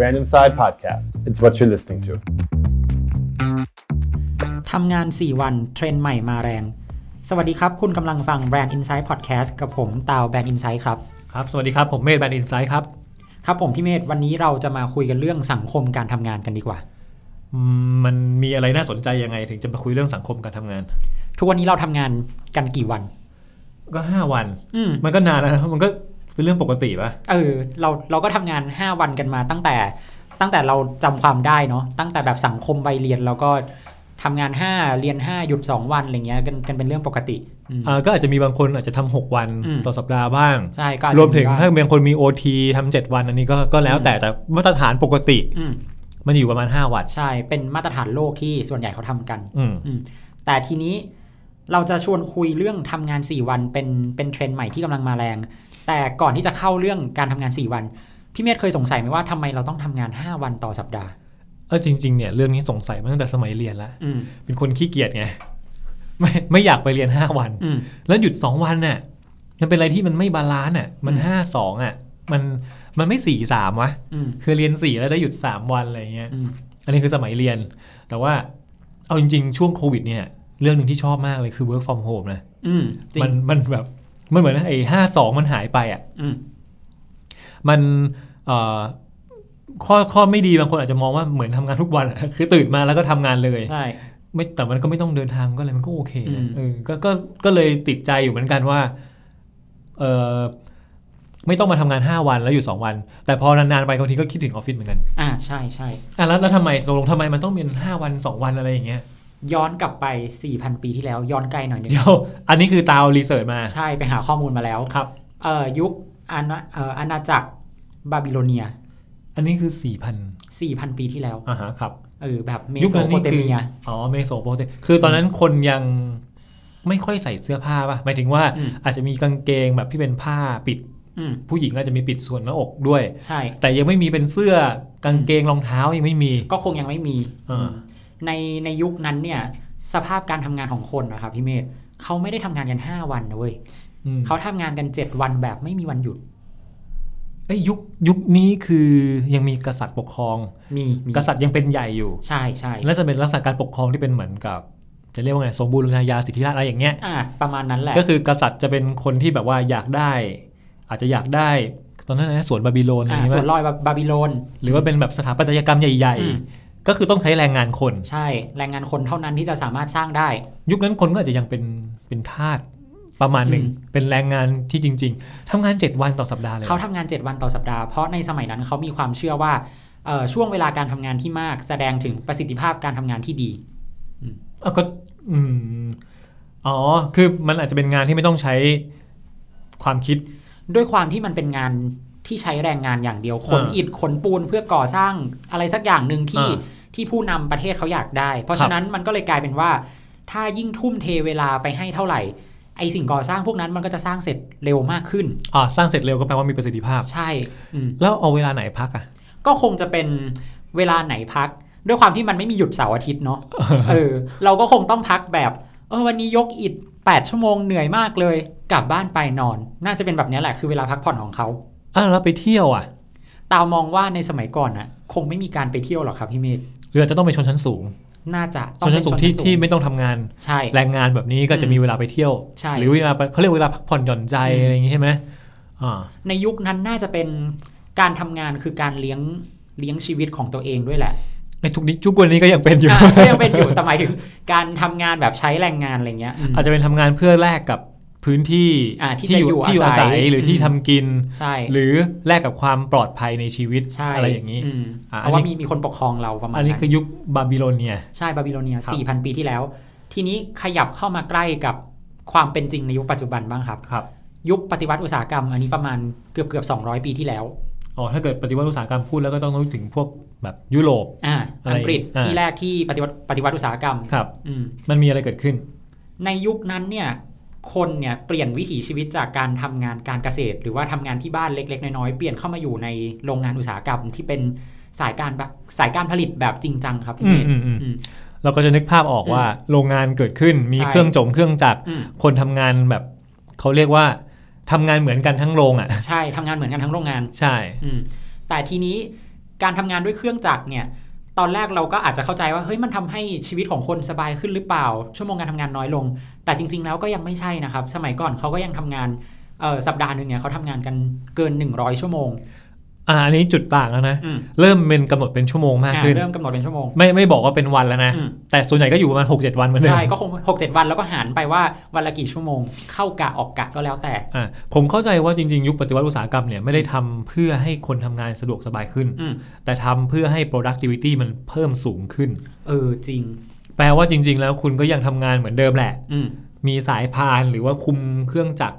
Random Side Podcast. It's what you're listening to. ทำงาน 4 วันเทรนด์ใหม่มาแรง สวัสดีครับ คุณกำลังฟัง Brand Insight Podcast กับผมตาว Brand Insight ครับ ครับ สวัสดีครับ ผมเมธแบนด์อินไซด์ครับ ครับผมพี่เมธวันนี้เราจะมาคุยกันเรื่องสังคมการทำงานกันดีกว่า อืมมันมีอะไรน่าสนใจยังไง ถึงจะมาคุยเรื่องสังคมการทำงาน ทุกวันนี้เราทำงานกันกี่วัน ก็ 5 วัน อืม มันก็นานแล้วนะมันก็เป็นเรื่องปกติปะ เออเราเราก็ทำงาน 5 วันกันมาตั้งแต่ตั้งแต่เราจำความได้เนาะตั้งแต่แบบสังคมวัยเรียนเราก็ทำงาน 5 เรียน 5 หยุด 2 วันอะไรเงี้ยกันกันเป็นเรื่องปกติอืม อ่าก็อาจจะมีบางคนอาจจะทำ6วัน อืม ต่อสัปดาห์บ้าง ใช่ก็อาจจะ รวมถึง บ้ ถ้าบางคนมี OT ทำ7วันอันนี้ก็ก็แล้วแต่ อืม แต่มาตรฐานปกติ อืม มันอยู่ประมาณ 5 วัน ใช่เป็นมาตรฐานโลกที่ส่วนใหญ่เขาทำกัน อืม อืมแต่ทีนี้เราจะชวนคุยเรื่องทำงาน 4 วันเป็นเป็นเทรนด์ใหม่ที่กำลังมาแรง แต่ก่อนที่จะเข้าเรื่องการทำงาน 4 วัน พี่เมธเคยสงสัยไหมว่าทำไมเราต้องทำงาน 5 วันต่อสัปดาห์ เออจริงๆเนี่ยเรื่องนี้สงสัยมาตั้งแต่สมัยเรียนละ อืม เป็นคนขี้เกียจไงไม่ไม่อยากไปเรียน 5 วัน อืม แล้วหยุดสองวันน่ะมันเป็นอะไรที่มันไม่บาลานซ์อ่ะมัน อืม ห้าสองอ่ะมันมันไม่สี่สามวะ อืม คือเรียนสี่แล้วได้หยุดสามวันอะไรเงี้ย อืม อันนี้คือสมัยเรียน แต่ว่าเอาจริงๆ ช่วงโควิดเนี่ย เรื่องหนึ่งที่ชอบมากเลยคือ work from home นะ อืมจริ มั ง นมันแบบมันเหมือนไอ้ห้าสองมันหายไปอ่ะ อืม มันเอ่อข้อข้อไม่ดีบางคนอาจจะมองว่าเหมือนทำงานทุกวันอะคือตื่นมาแล้วก็ทำงานเลย ใช่ ไม่แต่มันก็ไม่ต้องเดินทางก็อะไรมันก็โอเค อื นะ ม เออก็ก็ก็เลยติดใจอยู่เหมือนกันว่าเออไม่ต้องมาทำงาน 5 วันแล้วอยู่ 2 วัน แต่พอนานๆไปบางทีก็คิดถึงออฟฟิศเหมือนกัน อ่าใช่ใช่ อ่ะแล้วแล้วทำไมตกลงทำไมมันต้องเป็น5วัน 2 วันอะไรอย่างเงี้ย ย้อนกลับไป 4,000 ปีที่แล้วย้อนไกลหน่อยหนึง เดี๋ยว อันนี้คือตาวรีเสิร์ชมา ใช่ไปหาข้อมูลมาแล้ว ครับ เอ่อยุคอาณาเอ่ออาณาจักรบาบิโลเนีย อันนี้คือ 4,000 4,000 ปีที่แล้ว อ่าฮะครับ เออแบบเม ยุค โส นั้น โป นี่ เต คือ เมีย อ๋อเมโสโปเตเมียคือตอนนั้นคนยังไม่ค่อยใส่เสื้อผ้าป่ะหมายถึงว่า อืม อาจจะมีกางเกงแบบที่เป็นผ้าปิด อืม ผู้หญิงก็อาจจะมีปิดส่วนหน้าอกด้วย ใช่ แต่ยังไม่มีเป็นเสื้อกางเกงรองเท้ายังไม่มี ก็คงยังไม่มี อ่า ในในยุคนั้นเนี่ย สภาพการทำงานของคนนะครับพี่เมธเขาไม่ได้ทำงานกัน 5 วันนะเว้ย อืม เขาทำงานกัน 7 วันแบบไม่มีวันหยุด เอ้ยยุคยุคนี้คือยังมีกษัตริย์ปกครอง มีมี กษัตริย์ยังเป็นใหญ่อยู่ ใช่ใช่ และจะเป็นลักษณะการปกครองที่เป็นเหมือนกับ จะเรียกว่าไงสมบูรณาญาสิทธิราชย์อะไรอย่างเงี้ย อ่าประมาณนั้นแหละ ก็คือกษัตริย์จะเป็นคนที่แบบว่าอยากได้ อาจจะอยากได้ ตอนนั้นนะสวนบาบิโลนอะไร อ่า อย่างเงี้ ส่วน ย ลอยแบบบาบิโลน หรือว่าเป็นแบบสถาปัตยกรรมใหญ่ อืม ๆ ก็คือต้องใช้แรงงานคน ใช่ แรงงานคนเท่านั้นที่จะสามารถสร้างได้ ยุคนั้นคนก็อาจจะยังเป็นเป็นทาสประมาณหนึ่ง อืม เป็นแรงงานที่จริง ๆทำงาน 7 วันต่อสัปดาห์เลย เขาทำงาน 7 วันต่อสัปดาห์ เพราะในสมัยนั้นเขามีความเชื่อว่าเอ่อช่วงเวลาการทำงานที่มากแสดงถึงประสิทธิภาพการทำงานที่ดี เอาก็อืมอ๋อ คือมันอาจจะเป็นงานที่ไม่ต้องใช้ความคิด ด้วยความที่มันเป็นงานที่ใช้แรงงานอย่างเดียวขน อ่า อิฐขนปูนเพื่อก่อสร้างอะไรสักอย่างหนึ่งที่ อ่า ที่ผู้นำประเทศเขาอยากได้ เพราะ ครั ฉะ บ นั้นมันก็เลยกลายเป็นว่า ถ้ายิ่งทุ่มเทเวลาไปให้เท่าไหร่ ไอสิ่งก่อสร้างพวกนั้นมันก็จะสร้างเสร็จเร็วมากขึ้น อ่าสร้างเสร็จเร็วก็แปลว่ามีประสิทธิภาพ ใช่อืม แล้วเอาเวลาไหนพักอ่ะ ก็คงจะเป็นเวลาไหนพัก ด้วยความที่มันไม่มีหยุดเสาร์อาทิตย์เนาะเออ เราก็คงต้องพักแบบเออวันนี้ยกอิฐ8ชั่วโมงเหนื่อยมากเลยกลับบ้านไปนอน น่าจะเป็นแบบนี้แหละคือเวลาพักผ่อนของเขา อ่าแล้วไปเที่ยวอ่ะ ตาวมองว่าในสมัยก่อนน่ะ คงไม่มีการไปเที่ยวหรอกครับพี่เมธ เรืออาจจะต้องเป็นชนชั้นสูง น่าจะ ชนชั้นสูงที่ที่ไม่ต้องทำงาน ใช่ แรงงานแบบนี้ก็จะมีเวลาไปเที่ยว ใช่ หรือเวลาไปเขาเรียกเวลาพักผ่อนหย่อนใจ อืม อะไรอย่างงี้ใช่ไหมอ่า ในยุคนั้นน่าจะเป็นการทำงานคือการเลี้ยงเลี้ยงชีวิตของตัวเองด้วยแหละ ไอ้ทุกนี้ทุกวันนี้ก็ยังเป็นอยู่ อ่ะก็ยังเป็นอยู่แต่หมายถึงการทำงานแบบใช้แรงงานอะไรเงี้ยอืม อาจจะเป็นทำงานเพื่อแลกกับพื้นที่ อ่าที่จะอยู่ ที่อยู่อาศัย อาศัย หรือที่ อืม ทำกิน ใช่ หรือแลกกับความปลอดภัยในชีวิต ใช่ อะไรอย่าง นี้ นี้ อ่ะ เพ อัน ราะ นี้ ว่ามีมีคนปกครองเราประมาณ อันนี้ นั้น คือยุคบาบิโลเนีย ใช่บาบิโลเนีย ครับ 4,000 ปีที่แล้ว ทีนี้ขยับเข้ามาใกล้กับความเป็นจริงในยุคปัจจุบันบ้างครับ ครับ ยุคปฏิวัติอุตสาหกรรมอันนี้ประมาณเกือบเกือบ200 ปีที่แล้ว อ๋อถ้าเกิดปฏิวัติอุตสาหกรรมพูดแล้วก็ต้องนึกถึงพวกแบบยุโรป อ่า อะไร อังกฤษ อ่า ที่แรกที่ปฏิวัติปฏิวัติอุตสาหกรรม ครับ อืม มันมีอะไรเกิดขึ้น ในยุคนั้นเนี่ยคนเนี่ยเปลี่ยนวิถีชีวิตจากการทำงานการเกษตร หรือว่าทำงานที่บ้านเล็ก ๆ น้อยๆเปลี่ยนเข้ามาอยู่ในโรงงานอุตสาหกรรมที่เป็นสายการแบบสายการผลิตแบบจริงจังครับพี่ อื เม ม ธ อืมอืม อืม เราก็จะนึกภาพออกว่าโรงงานเกิดขึ้น มี ใช่ เครื่องจงเครื่องจักร อืม คนทำงานแบบเขาเรียกว่าทำงานเหมือนกันทั้งโรงอ่ะ ใช่ทำงานเหมือนกันทั้งโรงงาน ใช่ อืมแต่ทีนี้ การทำงานด้วยเครื่องจักรเนี่ย ตอนแรกเราก็อาจจะเข้าใจว่าเฮ้ยมันทำให้ชีวิตของคนสบายขึ้นหรือเปล่า ชั่วโมงการทำงานน้อยลง แต่จริง ๆ แล้วก็ยังไม่ใช่นะครับ สมัยก่อนเขาก็ยังทำงานเอ่อสัปดาห์หนึ่งเนี่ยเขาทำงานกันเกิน 100 ชั่วโมง อ่าอันนี้จุดต่างแล้วนะ อืม เริ่มเป็นกำหนดเป็นชั่วโมงมาก อ่า ขึ้น เริ่มกำหนดเป็นชั่วโมง ไม่ไม่บอกว่าเป็นวันแล้วนะ อืม แต่ส่วนใหญ่ก็อยู่ประมาณหกเจ็ดวันเหมือนเดิม ใช่ก็คงหกเจ็ดวันแล้วก็หารไปว่าวันละกี่ชั่วโมง เข้ากะออกกะก็แล้วแต่ อ่าผมเข้าใจว่าจริง ๆ ยุคปฏิวัติอุตสาหกรรมเนี่ยไม่ได้ทำเพื่อให้คนทำงานสะดวกสบายขึ้น อืม แต่ทำเพื่อให้ productivity มันเพิ่มสูงขึ้น เออจริง แปลว่าจริง ๆ แล้วคุณก็ยังทำงานเหมือนเดิมแหละ อืม มีสายพานหรือว่าคุมเครื่องจักร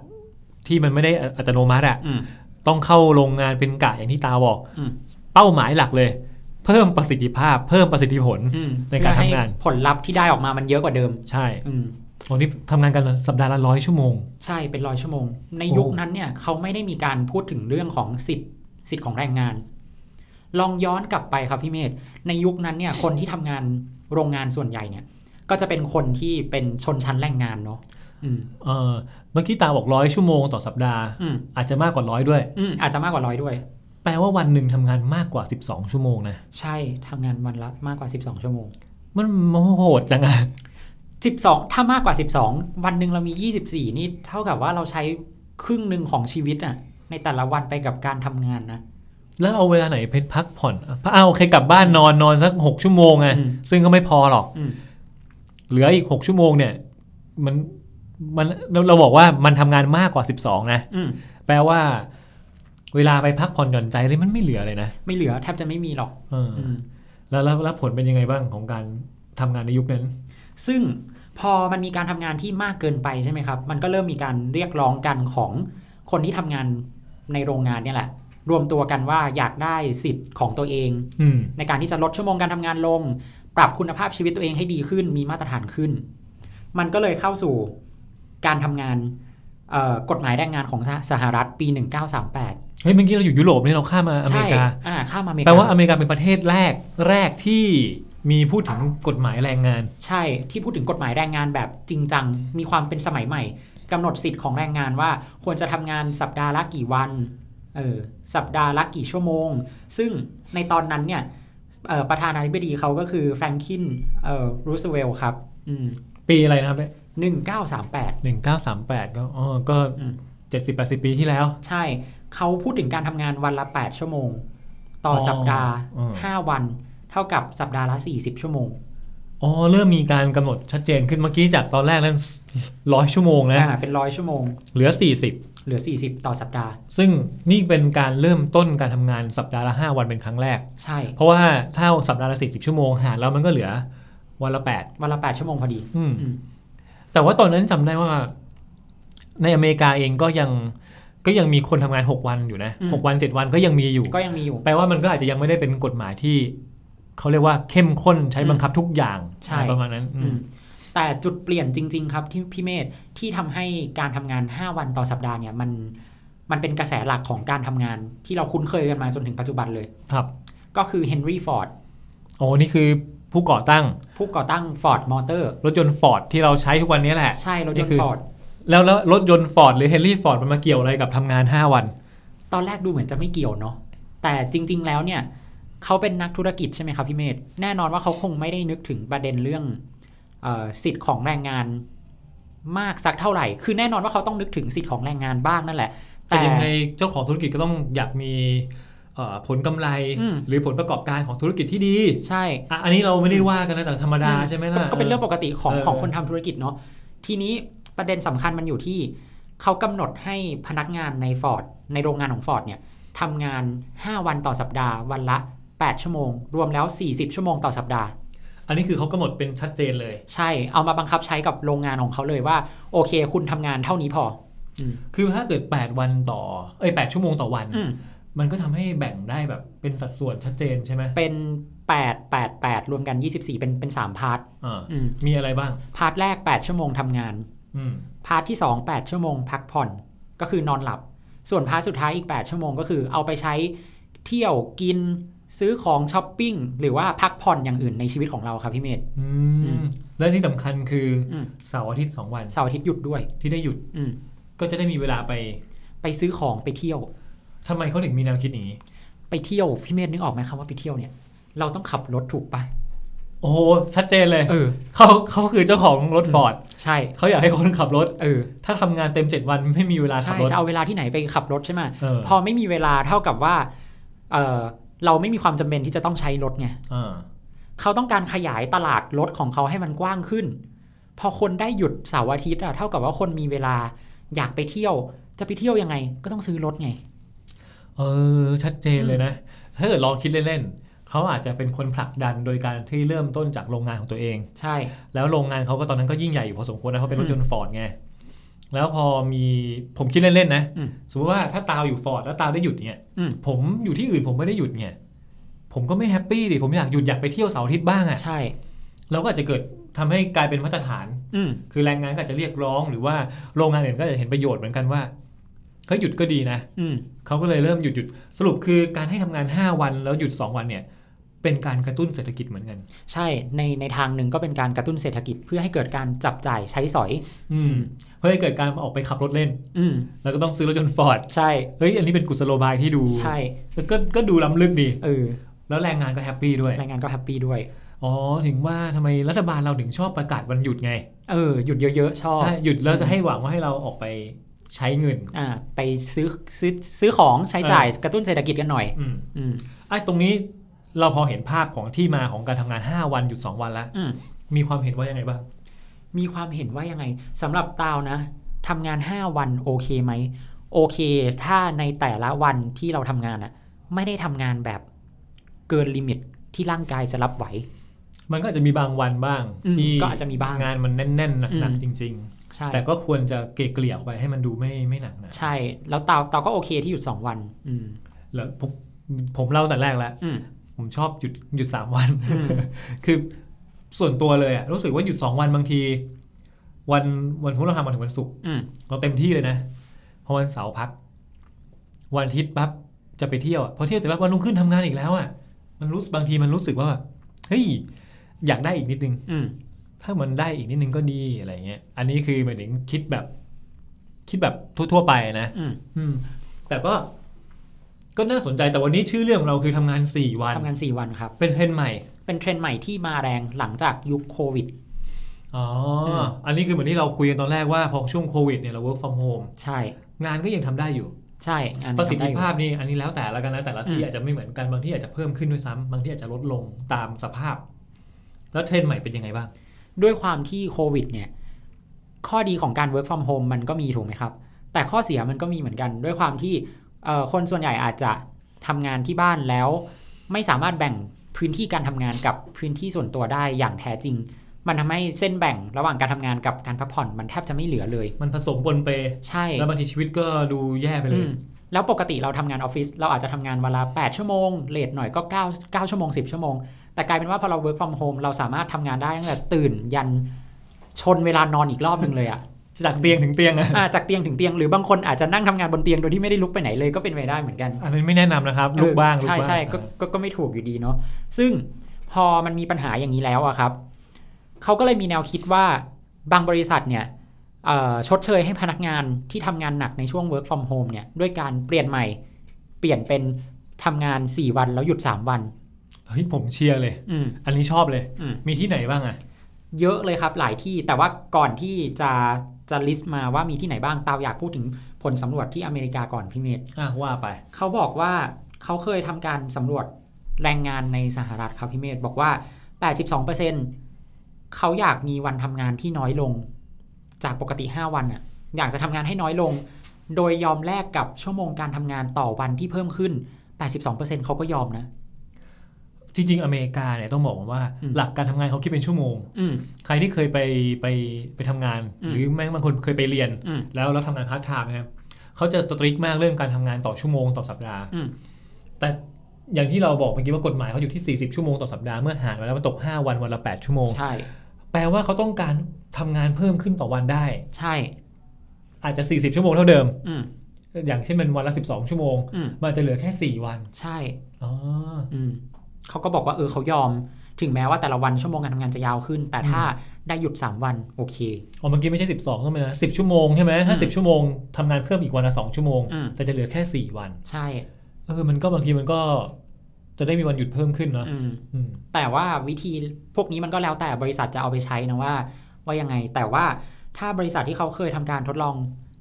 ที่มันไม่ได้อัตโนมัติอะ อืม ต้องเข้าโรงงานเป็นกะอย่างที่ตาบอก อืม เป้าหมายหลักเลย เพิ่มประสิทธิภาพ เพิ่มประสิทธิผล อืม ในการ เพื่อให้ ทำงาน ผลลัพธ์ที่ได้ออกมามันเยอะกว่าเดิม ใช่ อืม ตอนนี้ทำงานกันสัปดาห์ละร้อยชั่วโมง ใช่เป็นร้อยชั่วโมง ใน โอ้ ยุคนั้นเนี่ยเขาไม่ได้มีการพูดถึงเรื่องของสิทธิ์สิทธิ์ของแรงงาน ลองย้อนกลับไปครับพี่เมธในยุคนั้นเนี่ยคนที่ทำงานโรงงานส่วนใหญ่เนี่ย ก็จะเป็นคนที่เป็นชนชั้นแรงงานเนาะอืม เออเมื่อกี้ตาบอกร้อยชั่วโมงต่อสัปดาห์ อืม อาจจะมากกว่าร้อยด้วย อืมอาจจะมากกว่าร้อยด้วย แปลว่าวันหนึ่งทำงานมากกว่า 12 ชั่วโมงนะ ใช่ทำงานวันละมากกว่า 12 ชั่วโมง มันโหดจังอะ 12 ถ้ามากกว่า 12 วันหนึ่งเรามี 24 นี่เท่ากับว่าเราใช้ครึ่งหนึ่งของชีวิตอะในแต่ละวันไปกับการทำงานนะ แล้วเอาเวลาไหนเป็นพักผ่อนพระเอาโอเคกลับบ้านนอนนอนสักหกชั่วโมงไง อืม ซึ่งก็ไม่พอหรอก อืม เหลืออีกหกชั่วโมงเนี่ย มันมันเราเราบอกว่ามันทำงานมากกว่าสิบสองนะ อืม แปลว่า เวลาไปพักผ่อนหย่อนใจเลยมันไม่เหลือเลยนะ ไม่เหลือแทบจะไม่มีหรอก เอออ อืม แล้วแล้วแล้วผลเป็นยังไงบ้างของการทำงานในยุคนั้น ซึ่งพอมันมีการทำงานที่มากเกินไปใช่ไหมครับ มันก็เริ่มมีการเรียกร้องกันของคนที่ทำงานในโรงงานเนี่ยแหละ รวมตัวกันว่าอยากได้สิทธิ์ของตัวเอง อืม ในการที่จะลดชั่วโมงการทำงานลง ปรับคุณภาพชีวิตตัวเองให้ดีขึ้น มีมาตรฐานขึ้น มันก็เลยเข้าสู่การทำงานเอ่อกฎหมายแรงงานของสหสหรัฐปี 1938 เฮ้ยเมื่อกี้เราอยู่ยุโรปนี่เราข้ามมาอเม ใช่ ริกา อ่าข้ามมาอเมริกา แปลว่าอเมริกาเป็นประเทศแรกแรกที่มีพูดถึงกฎหมายแรงงาน ใช่ที่พูดถึงกฎหมายแรงงานแบบจริงจัง มีความเป็นสมัยใหม่กำหนดสิทธิ์ของแรงงานว่าควรจะทำงานสัปดาห์ละกี่วันเออสัปดาห์ละกี่ชั่วโมง ซึ่งในตอนนั้นเนี่ยเอ่อประธานาธิบดีเขาก็คือแฟรงคินเอ่อรูสเวลครับอืม ปีอะไรนะครับ 1938 หนึ่งเก้าสามแปดก็อ๋อก็ อืม เจ็ดสิบแปดสิบปีที่แล้ว ใช่เขาพูดถึงการทำงานวันละ 8 ชั่วโมง ต่ออ อ สัปดาห์ อืม 5 วัน เท่ากับสัปดาห์ละ 40 ชั่วโมง อ๋อเริ่มมีการกำหนดชัดเจนขึ้นเมื่อกี้จากตอนแรกนั้นร้อยชั่วโมงนะ อ่าเป็นร้อยชั่วโมง เหลือสี่สิบ เหลือ 40 ต่อสัปดาห์ ซึ่งนี่เป็นการเริ่มต้นการทำงานสัปดาห์ละห้าวันเป็นครั้งแรก ใช่ เพราะว่าถ้าสัปดาห์ละสี่สิบชั่วโมงหารแล้วมันก็เหลือวันละแปด วันละ 8 ชั่วโมงพอดี อืม อืม แต่ว่าตอนนั้นจำได้ว่า ในอเมริกาเองก็ยังก็ยังมีคนทำงานหกวันอยู่นะ อืม หกวันเจ็ดวันก็ยังมีอยู่ ก็ยังมีอยู่ แปลว่ามันก็อาจจะยังไม่ได้เป็นกฎหมายที่เขาเรียกว่าเข้มข้นใช้บังคับทุกอย่าง ใช่ อะไรประมาณนั้นอืม อืมแต่จุดเปลี่ยนจริง ๆ ครับที่พี่เมธที่ทำให้การทำงาน 5 วันต่อสัปดาห์เนี่ยมันมันเป็นกระแสหลักของการทำงานที่เราคุ้นเคยกันมาจนถึงปัจจุบันเลย ครับ ก็คือเฮนรี่ฟอร์ด โอ้นี่คือผู้ก่อตั้ง ผู้ก่อตั้งฟอร์ดมอเตอร์ รถยนต์ฟอร์ดที่เราใช้ทุกวันนี้แหละ ใช่รถยน นี่คือ ต์ฟอร์ด แล้วแล้วรถยนต์ฟอร์ดหรือเฮนรี่ฟอร์ดมันมาเกี่ยวอะไรกับทำงาน 5 วัน ตอนแรกดูเหมือนจะไม่เกี่ยวเนาะแต่จริง ๆ แล้วเนี่ยเขาเป็นนักธุรกิจใช่ไหมครับพี่เมธแน่นอนว่าเขาคงไม่ได้นึกถึงประเด็นเรื่องเออสิทธิ์ของแรงงานมากสักเท่าไหร่ คือแน่นอนว่าเขาต้องนึกถึงสิทธิ์ของแรงงานบ้างนั่นแหละ แต่ยังไงเจ้าของธุรกิจก็ต้องอยากมีเอ่อผลกำไร อืม หรือผลประกอบการของธุรกิจที่ดี ใช่ อ่ะอันนี้เราไม่ได้ว่ากันนะแต่ธรรมดาใช่ไหมล่ะ ก็ก็เป็นเรื่องปกติของ เออ ของคนทำธุรกิจเนาะทีนี้ประเด็นสำคัญมันอยู่ที่ เขากำหนดให้พนักงานในฟอร์ดในโรงงานของฟอร์ดเนี่ยทำงาน 5 วันต่อสัปดาห์ วันละ 8 ชั่วโมง รวมแล้ว 40 ชั่วโมงต่อสัปดาห์ อันนี้คือเขากำหนดเป็นชัดเจนเลย ใช่เอามาบังคับใช้กับโรงงานของเขาเลยว่า โอเค คุณทำงานเท่านี้พอ อืม คือถ้าเกิด 8 วันต่อเอ้ย8ชั่วโมงต่อวัน อืม มันก็ทำให้แบ่งได้แบบเป็นสัดส่วนชัดเจนใช่ไหม เป็น 8 8 8 รวมกัน 24 เป็นเป็น 3 พาร์ท อ่า อืม มีอะไรบ้าง พาร์ทแรก 8 ชั่วโมงทำงาน อืม พาร์ทที่2 8 ชั่วโมงพักผ่อนก็คือนอนหลับ ส่วนพาร์ทสุดท้ายอีก 8 ชั่วโมงก็คือเอาไปใช้เที่ยวกินซื้อของช้อปปิ้งหรือว่าพักผ่อนอย่างอื่นในชีวิตของเราครับพี่เมธ อื อื ม ม และที่สำคัญคืออ ม เสาร์อาทิตย์สองวัน เสาร์อาทิตย์หยุดด้วย ที่ได้หยุด อืม ก็จะได้มีเวลาไป ไปซื้อของไปเที่ยว ทำไมเขาถึงมีแนวคิดอย่างนี้ ไป เที่ยวพี่เมธนึกออกไหมคำว่าไปเที่ยวเนี่ย เราต้องขับรถถูกปะ โอ้โหชัดเจนเลย เออ เขาเขาคือเจ้าของรถฟอร์ด ใช่ เขาอยากให้คนขับรถ เออ ถ้าทำงานเต็ม 7 วันไม่มีเวลาขั ใช่ บรถ จะเอาเวลาที่ไหนไปขับรถใช่ไหม เออ พอไม่มีเวลาเท่ากับว่าเออเราไม่มีความจำเป็นที่จะต้องใช้รถไง อ่า เขาต้องการขยายตลาดรถของเขาให้มันกว้างขึ้น พอคนได้หยุดเสาร์อาทิตย์อะเท่ากับว่าคนมีเวลาอยากไปเที่ยว จะไปเที่ยวยังไง ก็ต้องซื้อรถไง เออชัดเจนเลยนะ ถ้าเกิดลองคิดเล่นๆเขาอาจจะเป็นคนผลักดันโดยการที่เริ่มต้นจากโรงงานของตัวเอง ใช่ แล้วโรงงานเขาก็ตอนนั้นก็ยิ่งใหญ่อยู่พอสมควรนะเพราะเป็นรถ อืม ยนต์ฟอร์ดไง แล้วพอมีผมคิดเล่นๆนะ อืม สมมติว่าถ้าตาวอยู่ฟอร์ดแล้วตาวได้หยุดเนี่ย อืม ผมอยู่ที่อื่นผมไม่ได้หยุดเนี่ยผมก็ไม่แฮปปี้ดิผมอยากหยุดอยากไปเที่ยวเสาร์อาทิตย์บ้างอะ ใช่ เราก็อาจจะเกิดทำให้กลายเป็นมาตรฐาน อืม คือแรงงานก็อาจจะเรียกร้องหรือว่าโรงงานอื่นก็อาจจะเห็นประโยชน์เหมือนกันว่าเฮ้ยหยุดก็ดีนะ อืม เขาก็เลยเริ่มหยุดหยุดสรุปคือการให้ทำงาน 5 วันแล้วหยุด 2 วันเนี่ย เป็นการกระตุ้นเศรษฐกิจเหมือนกัน ใช่ในในทางหนึ่งก็เป็นการกระตุ้นเศรษฐกิจเพื่อให้เกิดการจับจ่ายใช้สอย อืมเพื่อให้เกิดการออกไปขับรถเล่น อืม แล้วก็ต้องซื้อรถยนต์ฟอร์ด ใช่ เฮ้ย อันนี้เป็นกุศโลบายที่ดู ใช่ แล้วก็ก็ดูล้ำลึกดี เออ แล้วแรงงานก็แฮปปี้ด้วย แรงงานก็แฮปปี้ด้วย อ๋อ ถึงว่าทำไมรัฐบาลเราถึงชอบประกาศวันหยุดไง เออ หยุดเยอะๆ ชอบ ใช่ หยุดแล้วจะให้หวังว่าให้เราออกไปใช้เงิน อ่า ไปซื้อซื้อซื้อของใช้จ่ายกระตุ้นเศรษฐกิจกันหน่อย อืม อืม ไอ้ตรงนี้เราพอเห็นภาพของที่มาของการทำงาน 5 วันหยุด 2 วันละ อืม มีความเห็นว่ายังไงบ้าง มีความเห็นว่ายังไงสำหรับตาวนะทำงาน 5 วันโอเคไหมโอเค ถ้าในแต่ละวันที่เราทำงานอะไม่ได้ทำงานแบบเกินลิมิตที่ร่างกายจะรับไหว มันก็อาจจะมีบางวันบ้าง อืม ที่ ก็อาจจะมีบ้าง งานมันแน่นๆหนัก อืม ๆจริง ใช่ ๆ แต่ก็ควรจะเกลี่ยเกลี่ยออกไปให้มันดูไม่ไม่หนักนะ ใช่ แล้วตาวตาวก็โอเคที่หยุด 2 วัน อืม แล้วผมผมเล่าแต่แรกแล้ว อืม ผมชอบหยุดหยุดสามวัน อืม คือส่วนตัวเลยอะรู้สึกว่าหยุดสองวันบางที วันวันพุธเราทำมาถึงวันศุกร์ อืม เราเต็มที่เลยนะพอวันเสาร์พัก วันอาทิตย์ปั๊บจะไปเที่ยวอะพอเที่ยวเสร็จปั๊บวันรุ่งขึ้นทำงานอีกแล้วอะมันรู้สึกบางทีมันรู้สึกว่าแบบเฮ้ยอยากได้อีกนิดนึง อืม ถ้ามันได้อีกนิดนึงก็ดีอะไรเงี้ย อันนี้คือหมายถึงคิดแบบ คิดแบบทั่วๆไปนะ อืม อืม แต่ก็ ก็น่าสนใจแต่วันนี้ชื่อเรื่องของเราคือทำงานสี่วัน ทำงาน 4 วันครับ เป็นเทรนด์ใหม่ เป็นเทรนด์ใหม่ที่มาแรงหลังจากยุคโควิด อ๋ออ ม อันนี้คือเหมือนที่เราคุยกันตอนแรกว่าพอช่วงโควิดเนี่ยเรา work from home ใช่ งานก็ยังทำได้อยู่ ใช่อันนั้น ประสิททำธิได้อยู่ ภาพนี่อันนี้แล้วแต่ละกันนะแต่ละที่ อืม อาจจะไม่เหมือนกันบางที่อาจจะเพิ่มขึ้นด้วยซ้ำบางที่อาจจะลดลงตามสภาพ แล้วเทรนด์ใหม่เป็นยังไงบ้าง ด้วยความที่โควิดเนี่ยข้อดีของการ work from home มันก็มีถูกไหมครับ แต่ข้อเสียมันก็มีเหมือนกัน ด้วยความที่เอ่อคนส่วนใหญ่อาจจะทำงานที่บ้านแล้ว ไม่สามารถแบ่งพื้นที่การทำงานกับพื้นที่ส่วนตัวได้อย่างแท้จริง มันทำให้เส้นแบ่งระหว่างการทำงานกับการพักผ่อนมันแทบจะไม่เหลือเลย มันผสมปนเป ใช่ แล้วบางทีชีวิตก็ดูแย่ไปเล อื ย มแล้วปกติเราทำงานออฟฟิศเราอาจจะทำงานเวลา 8 ชั่วโมงเลทหน่อยก็9 9ชั่วโมง 10 ชั่วโมง แต่กลายเป็นว่าพอเรา work from home เราสามารถทำงานได้ตั้งแต่ตื่นยันชนเวลานอนอีกรอบหนึ่ง เลยอะ จากเตียงถึงเตียงอะ อ่าจากเตียงถึงเตียงหรือบางคนอาจจะนั่งทำงานบนเตียงโดยที่ไม่ได้ลุกไปไหนเลยก็เป็นไปได้เหมือนกัน อันนั้นไม่แนะนำนะครับลุกบ้างลุก ใช่ บ้าง ใช่ก็ก็ก็ไม่ถูกอยู่ดีเนาะซึ่งพอมันมีปัญหาอย่างนี้แล้วอะครับเขาก็เลยมีแนวคิดว่าบางบริษัทเนี่ยเอ่อชดเชยให้พนักงานที่ทำงานหนักในช่วง work from home เนี่ยด้วยการเปลี่ยนใหม่ เปลี่ยนเป็นทำงาน 4 วันแล้วหยุด 3 วัน เฮ้ยผมเชียร์เลย อืม อันนี้ชอบเลย อืม มีที่ไหนบ้างอะ เยอะเลยครับหลายที่แต่ว่าก่อนที่จะจะลิสต์มาว่ามีที่ไหนบ้างตาวอยากพูดถึงผลสำรวจที่อเมริกาก่อนพี่เมธ อ่ะว่าไป เขาบอกว่าเขาเคยทำการสำรวจแรงงานในสหรัฐครับพี่เมธบอกว่า 82%เขาอยากมีวันทำงานที่น้อยลง จากปกติ 5 วันอ่ะอยากจะทำงานให้น้อยลง โดยยอมแลกกับชั่วโมงการทำงานต่อวันที่เพิ่มขึ้น 82%เขาก็ยอมนะ จริง ๆ อเมริกาเนี่ยต้องบอกว่า อืม หลักการทำงานเขาคิดเป็นชั่วโมง อืม ใครที่เคยไปไปไปทำงาน อืม หรือแม้บางคนเคยไปเรียน อืม แล้วแล้วทำงานพาร์ทไทม์นะครับเขาจะสตริกมากเรื่องการทำงานต่อชั่วโมงต่อสัปดาห์ อืม แต่อย่างที่เราบอกเมื่อกี้ว่ากฎหมายเขาอยู่ที่ 40 ชั่วโมงต่อสัปดาห์เมื่อหารมาแล้วมันตก 5 วันวันละ 8 ชั่วโมง ใช่ แปลว่าเขาต้องการทำงานเพิ่มขึ้นต่อวันได้ ใช่ อาจจะ 40 ชั่วโมงเท่าเดิม อืม อย่างเช่นเป็นวันละ 12 ชั่วโมง อืม มันจะเหลือแค่ 4 วัน ใช่ อ๋อ อืมเขาก็บอกว่าเออเขายอม ถึงแม้ว่าแต่ละวันชั่วโมงการทำงานจะยาวขึ้น แต่ถ้าได้หยุด 3 วันโอเค อ๋อเมื่อกี้ไม่ใช่ 12ก็ไม่นะ10 ชั่วโมงใช่ไหมถ้า อืม 10 ชั่วโมงทำงานเพิ่มอีกวันละ 2 ชั่วโมง อืม แต่จะเหลือแค่ 4 วัน ใช่ เออมันก็บางทีมันก็จะได้มีวันหยุดเพิ่มขึ้นเนาะ อืม อืม แต่ว่าวิธีพวกนี้มันก็แล้วแต่บริษัทจะเอาไปใช้นะว่า ว่ายังไง แต่ว่าถ้าบริษัทที่เขาเคยทำการทดลอง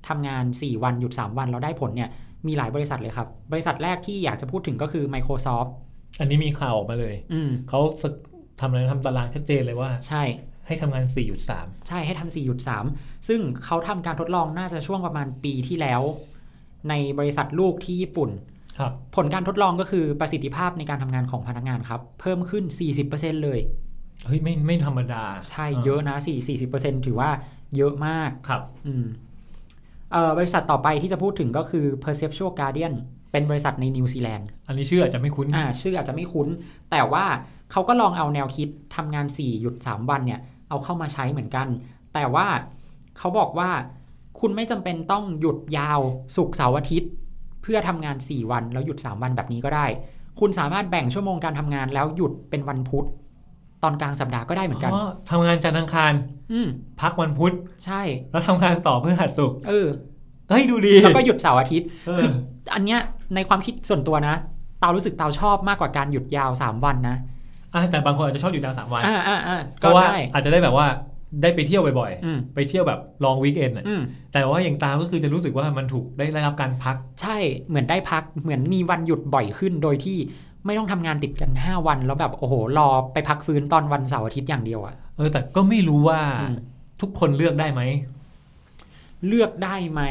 ทำงาน 4 วันหยุด 3 วันแล้วได้ผลเนี่ยมีหลายบริษัทเลยครับ บริษัทแรกที่อยากจะพูดถึงก็คือ Microsoft อันนี้มีข่าวออกมาเลย อืม เขาสกทำอะไรนะทำตารางชัดเจนเลยว่า ใช่ ให้ทำงาน4หยุด3 ใช่ให้ทำ4หยุด3ซึ่งเขาทำการทดลองน่าจะช่วงประมาณปีที่แล้ว ในบริษัทลูกที่ญี่ปุ่น ครับ ผลการทดลองก็คือประสิทธิภาพในการทำงานของพนักงานครับ เพิ่มขึ้น 40%เลย เฮ้ยไม่ไม่ธรรมดา ใช่เยอะนะ4 40%ถือว่าเยอะมาก ครับ อืมเอ่อบริษัทต่อไปที่จะพูดถึงก็คือ Perceptual Guardian เป็นบริษัทในนิวซีแลนด์ อันนี้ชื่ออาจจะไม่คุ้น อ่าชื่ออาจจะไม่คุ้น แต่ว่าเขาก็ลองเอาแนวคิดทำงาน 4 หยุด 3 วันเนี่ย เอาเข้ามาใช้เหมือนกัน แต่ว่าเขาบอกว่าคุณไม่จำเป็นต้องหยุดยาวสุกร์เสาร์อาทิตย์ เพื่อทำงาน 4 วันแล้วหยุด 3 วันแบบนี้ก็ได้ คุณสามารถแบ่งชั่วโมงการทำงานแล้วหยุดเป็นวันพุธ ตอนกลางสัปดาห์ก็ได้เหมือนกัน อ๋อทำงานจันทร์อังคาร อืม พักวันพุธ ใช่ แล้วทำงานต่อพฤหัสศุกร์ เออ เฮ้ยดูดี แล้วก็หยุดเสาร์อาทิตย์ เออ คืออันเนี้ยในความคิดส่วนตัวนะ เตารู้สึกเตาชอบมากกว่าการหยุดยาว 3 วันนะ ะแต่บางคนอาจจะชอบอยู่ดาวสามวัน อ่าอ่าอ่า เพ ก็ ราะว่า ได้ อาจจะได้แบบว่าได้ไปเที่ยวบ่อย อืม ๆ ไปเที่ยวแบบลองวีคเอนด์ อืม แต่ว่าอย่างตามก็คือจะรู้สึกว่ามันถูกได้ได้รับการพัก ใช่เหมือนได้พักเหมือนมีวันหยุดบ่อยขึ้นโดยที่ไม่ต้องทำงานติดกัน 5 วัน แล้วแบบโอ้โหรอไปพักฟื้นตอนวันเสาร์อาทิตย์อย่างเดียวอะ เออแต่ก็ไม่รู้ว่า อืม ทุกคนเลือกได้ไหม เลือกได้ไหม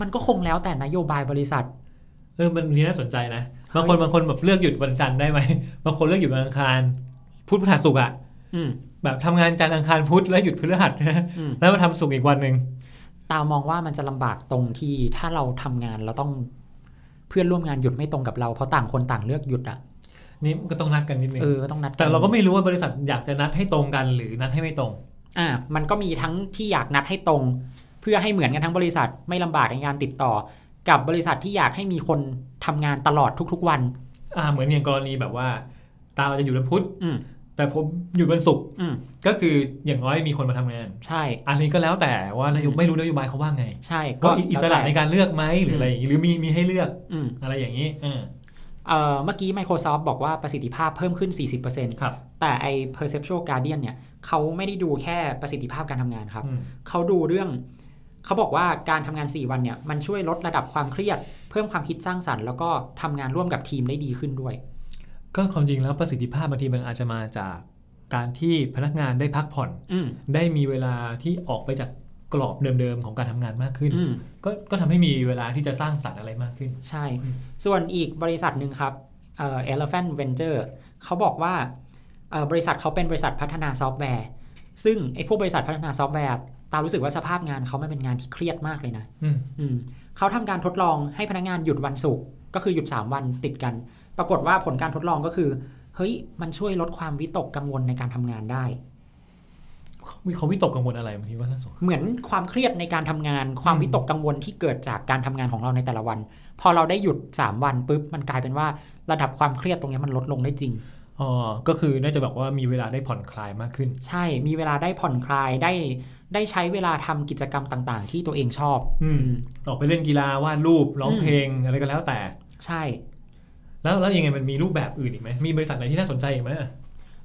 มันก็คงแล้วแต่นโยบายบริษัท เออมันนี่น่าสนใจนะบาง เฮ้ คน ย บางคนแบบเลือกหยุดวันจันทร์ได้ไหม บางคนเลือกหยุดวันอังคารพุธพฤหัสศุกร์อะ อืม แบบทำงานจันทร์อังคารพุธแล้วหยุดพฤหัสนะ อืม แล้วมาทำศุกร์อีกวันหนึ่ง ตามองว่ามันจะลำบากตรงที่ถ้าเราทำงานเราต้องเพื่อนร่วมงานหยุดไม่ตรงกับเราเพราะต่างคนต่างเลือกหยุดอะ นี่ก็ต้องนัดกันนิดนึง เออก็ต้องนัดน แต่เราก็ไม่รู้ว่าบริษัทอยากจะนัดให้ตรงกันหรือนัดให้ไม่ตรง อ่ามันก็มีทั้งที่อยากนัดให้ตรง เพื่อให้เหมือนกันทั้งบริษัทไม่ลำบากในการติดต่อ กับบริษัทที่อยากให้มีคนทำงานตลอดทุกๆวัน อ่าเหมือนอย่างกรณีแบบว่า ตาจะหยุดวันพุธ อืม แต่ผมหยุดวันศุกร์ อืมก็ ก็คืออย่างน้อยมีคนมาทำงาน ใช่ อันนี้ก็แล้วแต่ว่านโยบายไม่รู้นโยบายเขาว่าไง ใช่ ก็ ก็ อิสระแล้ในวแต่ การเลือกไหมหรืออะไรอย่างงี้หรือมีมีให้เลือก อืม อะไรอย่างนี้อ่า เอ่อเมื่อกี้ Microsoft บอกว่าประสิทธิภาพเพิ่มขึ้น 40% ครับ แต่ไอ้ Perceptual Guardian เนี่ยเขาไม่ได้ดูแค่ประสิทธิภาพการทำงานครับ อืม เขาดูเรื่อง เขาบอกว่าการทำงาน 4 วันเนี่ยมันช่วยลดระดับความเครียด เพิ่มความคิดสร้างสรรค์แล้วก็ทำงานร่วมกับทีมได้ดีขึ้นด้วย ก็ความจริงแล้วประสิทธิภาพบางทีมันอาจจะมาจากการที่พนักงานได้พักผ่อน อืม ได้มีเวลาที่ออกไปจากกรอบเดิมๆของการทำงานมากขึ้น อืม ก็ก็ทำให้มีเวลาที่จะสร้างสรรค์อะไรมากขึ้น ใช่ อืม ส่วนอีกบริษัทหนึ่งครับเอ่อ Elephant Venture เขาบอกว่าเอ่อบริษัทเขาเป็นบริษัทพัฒนาซอฟต์แวร์ ซึ่งไอ้พวกบริษัทพัฒนาซอฟต์แวร์ ตามรู้สึกว่าสภาพงานเขาไม่เป็นงานที่เครียดมากเลยนะ อืม อืมเขาทำการทดลองให้พนักงานหยุดวันศุกร์ก็คือหยุด 3 วันติดกัน ปรากฏว่าผลการทดลองก็คือ เฮ้ย มันช่วยลดความวิตกกังวลในการทำงานได้ เขาวิตกกังวลอะไรบางทีว่าท่านสง เหมือนความเครียดในการทำงาน ความวิตกกังวลที่เกิดจากการทำงานของเราในแต่ละวัน พอเราได้หยุด 3 วันปุ๊บมันกลายเป็นว่าระดับความเครียดตรงเนี้ยมันลดลงได้จริง อ๋อก็คือน่าจะบอกว่ามีเวลาได้ผ่อนคลายมากขึ้น ใช่มีเวลาได้ผ่อนคลายได้ได้ใช้เวลาทำกิจกรรมต่างๆ ที่ตัวเองชอบ อืมออกไปเล่นกีฬาวาดรูปร้อง อืม เพลงอะไรก็แล้วแต่ ใช่ แล้วแล้วยังไงมันมีรูปแบบอื่นอีกไหมมีบริษัทไหนที่น่าสนใจอีกไหม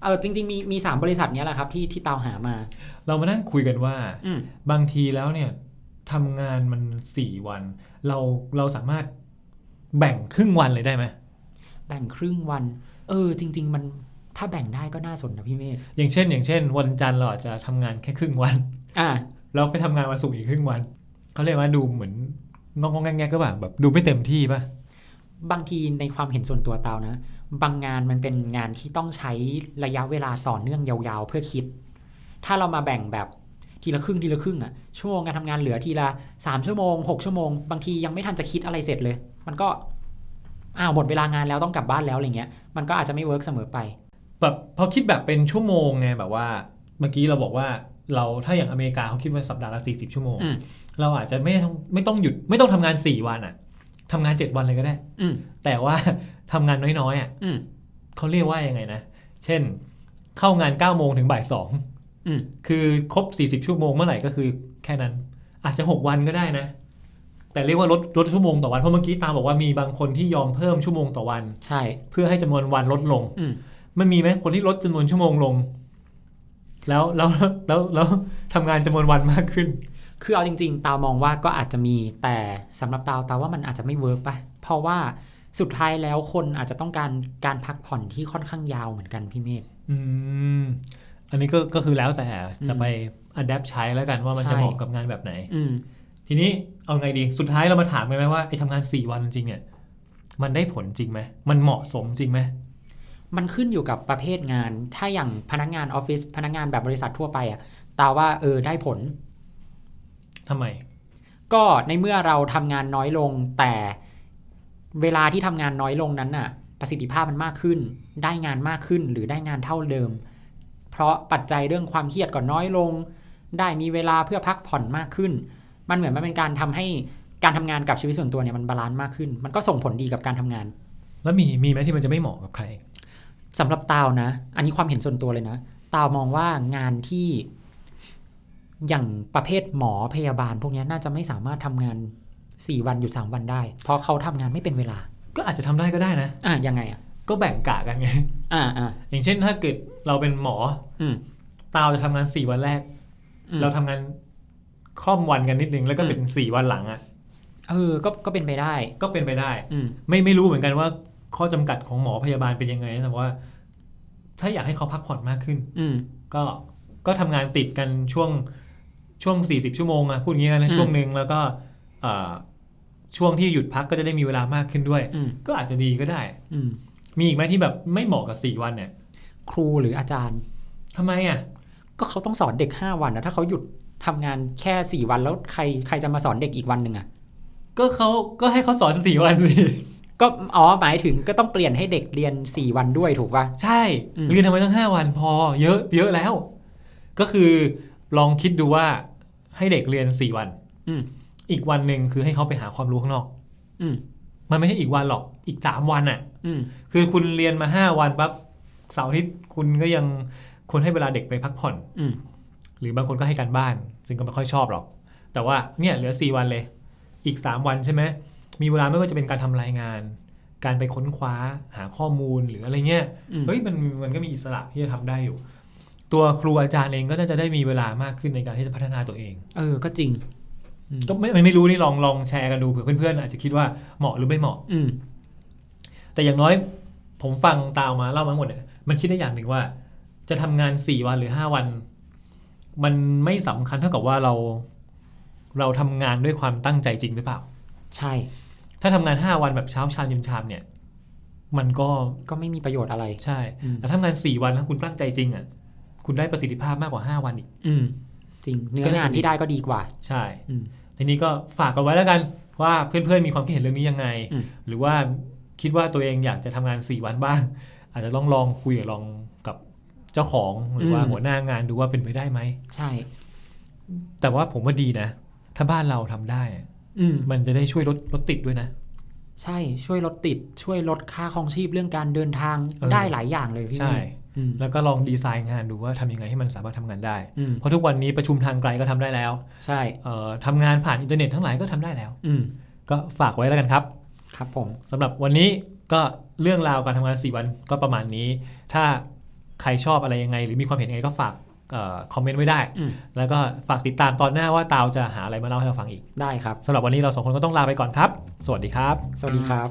เออจริงๆมีมีสามบริษัทเนี้ยแหละครับที่ที่ตาวหามา เรามานั่งคุยกันว่า อืม บางทีแล้วเนี่ยทำงานมันสี่วัน เราเราสามารถแบ่งครึ่งวันเลยได้ไหม แบ่งครึ่งวัน เออ จริง ๆ มันถ้าแบ่งได้ก็น่าสนนะพี่เมฆ อย่างเช่น อย่างเช่น วันจันทร์เราอาจจะทำงานแค่ครึ่งวัน อ่า แล้วไปทำงานวันศุกร์อีกครึ่งวันเขาเรียกว่าดูเหมือนงองงแงกๆก็แบบแบบดูไม่เต็มที่ป่ะ บางทีในความเห็นส่วนตัวเตานะ บางงานมันเป็นงานที่ต้องใช้ระยะเวลาต่อเนื่องยาวๆ เพื่อคิด ถ้าเรามาแบ่งแบบทีละครึ่งทีละครึ่งอะชั่วโมงการทำงานเหลือทีละสามชั่วโมงหกชั่วโมง บางทียังไม่ทันจะคิดอะไรเสร็จเลย มันก็อ้าวหมดเวลางานแล้วต้องกลับบ้านแล้วอะไรเงี้ยมันก็อาจจะไม่เวิร์กเสมอไป แบบพอคิดแบบเป็นชั่วโมงไงแบบว่า เมื่อกี้เราบอกว่าเราถ้าอย่างอเมริกาเขาคิดว่าสัปดาห์ละ40 ชั่วโมง อืม เราอาจจะไม่ต้องไม่ต้องหยุดไม่ต้องทำงาน 4 วันอะทำงาน 7 วันเลยก็ได้ อืม แต่ว่า ทำงานน้อยๆอะ อืม เขาเรียกว่ายังไงนะ เช่น เข้างาน9โมงถึงบ่าย2 อืม คือครบ 40 ชั่วโมงเมื่อไหร่ก็คือแค่นั้น อาจจะ 6 วันก็ได้นะ แต่เรียกว่าลดลดชั่วโมงต่อวันเพราะเมื่อกี้ตาบอกว่ามีบางคนที่ยอมเพิ่มชั่วโมงต่อวัน ใช่ เพื่อให้จำนวนวันลดลง อืม มันมีไหมคนที่ลดจำนวนชั่วโมงลง แล้วแล้วแล้วแล้วทำงานจำนวนวันมากขึ้น คือเอาจริง ๆ ตามองว่าก็อาจจะมีแต่สำหรับตาตาว่ามันอาจจะไม่เวิร์กปะเพราะว่าสุดท้ายแล้วคนอาจจะต้องการการพักผ่อนที่ค่อนข้างยาวเหมือนกันพี่เมธ อืม อันนี้ก็ก็คือแล้วแต่จะ อืม ไปอัดแอปใช้แล้วกันว่ามัน ใช่ จะเหมาะกับงานแบบไหน อืม ทีนี้เอาไงดีสุดท้ายเรามาถามกันไหมว่าไอ้ทำงานสี่วันจริงเนี่ยมันได้ผลจริงไหมมันเหมาะสมจริงไหม มันขึ้นอยู่กับประเภทงาน ถ้าอย่างพนักงานออฟฟิศพนักงานแบบบริษัททั่วไปอะตาว่าเออได้ผล ทำไม ก็ในเมื่อเราทำงานน้อยลง แต่เวลาที่ทำงานน้อยลงนั้นน่ะ ประสิทธิภาพมันมากขึ้น ได้งานมากขึ้นหรือได้งานเท่าเดิม เพราะปัจจัยเรื่องความเครียดก็น้อยลง ได้มีเวลาเพื่อพักผ่อนมากขึ้น มันเหมือนมันเป็นการทำให้การทำงานกับชีวิตส่วนตัวเนี่ยมันบาลานซ์มากขึ้น มันก็ส่งผลดีกับการทำงาน แล้วมีมีไหมที่มันจะไม่เหมาะกับใคร สำหรับตาวนะ อันนี้ความเห็นส่วนตัวเลยนะ ตาวมองว่างานที่อย่างประเภทหมอพยาบาล พวกเนี้ยน่าจะไม่สามารถทำงาน 4 วันหยุด3วันได้ เพราะเขาทำงานไม่เป็นเวลา ก็อาจจะทำได้ก็ได้นะ อ่ะยังไงอ่ะ ก็แบ่งกะกันไง อ่าอ่า อย่างเช่นถ้าเกิดเราเป็นหมอ อืม ตาวจะทำงานสี่วันแรก อืม เราทำงานคล่อมวันกันนิดนึงแล้วก็เป็นสี่วันหลังอ่ะ เออก็ก็เป็นไปได้ ก็เป็นไปได้ อืม ไม่ไม่รู้เหมือนกันว่าข้อจำกัดของหมอพยาบาลเป็นยังไงนะแต่ว่า ถ้าอยากให้เขาพักผ่อนมากขึ้น อืม ก็ก็ทำงานติดกันช่วงช่วง 40 ชั่วโมงอะพูดอย่างนี้กัน อื นะ ม ช่วงหนึ่งแล้วก็เอ่อช่วงที่หยุดพักก็จะได้มีเวลามากขึ้นด้วย อืม ก็อาจจะดีก็ได้ อืม มีอีกไหมที่แบบไม่เหมาะกับ 4 วันเนี่ย ครูหรืออาจารย์ ทำไมอะ ก็เขาต้องสอนเด็ก 5 วันนะถ้าเขาหยุดทำงานแค่ 4 วันแล้วใครใครจะมาสอนเด็กอีกวันหนึ่งอ่ะ ก็เขาก็ให้เขาสอน 4 วันสิ ก็อ๋อหมายถึงก็ต้องเปลี่ยนให้เด็กเรียน 4 วันด้วยถูกป่ะ ใช่ อืม เรียนทำไมตั้งห้าวันพอเยอะเยอะแล้ว ก็คือลองคิดดูว่าให้เด็กเรียนสี่วัน อืม อีกวันหนึ่งคือให้เขาไปหาความรู้ข้างนอก อืม มันไม่ใช่อีกวันหรอกอีกสามวันน่ะ อืม คือคุณเรียนมาห้าวันปั๊บเสาร์อาทิตย์คุณก็ยังควรให้เวลาเด็กไปพักผ่อน อืม หรือบางคนก็ให้การบ้าน ซึ่งก็ไม่ค่อยชอบหรอก แต่ว่าเนี่ยเหลือสี่วันเลย อีกสามวันใช่ไหมมีเวลาไม่ว่าจะเป็นการทำรายงาน การไปค้นคว้าหาข้อมูลหรืออะไรเงี้ย อืม เฮ้ยมันมันก็มีอิสระที่จะทำได้อยู่ ตัวครูอาจารย์เองก็น่าจะได้มีเวลามากขึ้นในการที่จะพัฒนาตัวเอง เออ ก็จริง อืม ก็ไม่ไม่รู้นี่ลองลองแชร์กันดูเผื่อเพื่อนๆอาจจะคิดว่าเหมาะหรือไม่เหมาะ อืม แต่อย่างน้อยผมฟังตามมาเล่ามาทั้งหมดเนี่ยมันคิดได้อย่างหนึ่งว่า จะทำงานสี่วันหรือห้าวัน มันไม่สำคัญเท่ากับว่าเรา เราทำงานด้วยความตั้งใจจริงหรือเปล่า ใช่ ถ้าทำงานห้าวันแบบเช้าชามเย็นชามเนี่ย มันก็ ก็ไม่มีประโยชน์อะไร ใช่ อืม แต่ทำงานสี่วันแล้วคุณตั้งใจจริงอ่ะคุณได้ประสิทธิภาพมากกว่าห้าวันอีก อืม จริง เนื้องานที่ได้ก็ดีกว่า ใช่ อืม ทีนี้ก็ฝากกันไว้แล้วกันว่าเพื่อนๆมีความคิดเห็นเรื่องนี้ยังไง อืม หรือว่าคิดว่าตัวเองอยากจะทำงาน 4 วันบ้าง อาจจะต้องลองคุยกับลองกับเจ้าของหรือว่าหัวหน้างานดูว่าเป็นไปได้ไหม ใช่ แต่ว่าผมว่าดีนะ ถ้าบ้านเราทำได้อะ อืม มันจะได้ช่วยลดลดติดด้วยนะ ใช่ ช่วยลดติด ช่วยลดค่าครองชีพเรื่องการเดินทาง เออ ได้หลายอย่างเลยพี่ ใช่ เมฆอืม แล้วก็ลองดีไซน์งานดูว่าทำยังไงให้มันสามารถทำงานได้ อืม เพราะทุกวันนี้ประชุมทางไกลก็ทำได้แล้ว ใช่ เอ่อทำงานผ่านอินเทอร์เน็ตทั้งหลายก็ทำได้แล้ว อืม ก็ฝากไว้แล้วกันครับ ครับผม สำหรับวันนี้ก็เรื่องราวการทำงาน 4 วันก็ประมาณนี้ ถ้าใครชอบอะไรยังไง หรือมีความเห็นยังไงก็ฝากเออคอมเมนต์ไว้ได้ อืม แล้วก็ฝากติดตามตอนหน้าว่าตาวจะหาอะไรมาเล่าให้เราฟังอีก ได้ครับ สำหรับวันนี้เราสองคนก็ต้องลาไปก่อนครับ สวัสดีครับ สวัสดีครับ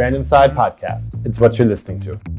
Random Side Podcast. It's what you're listening to.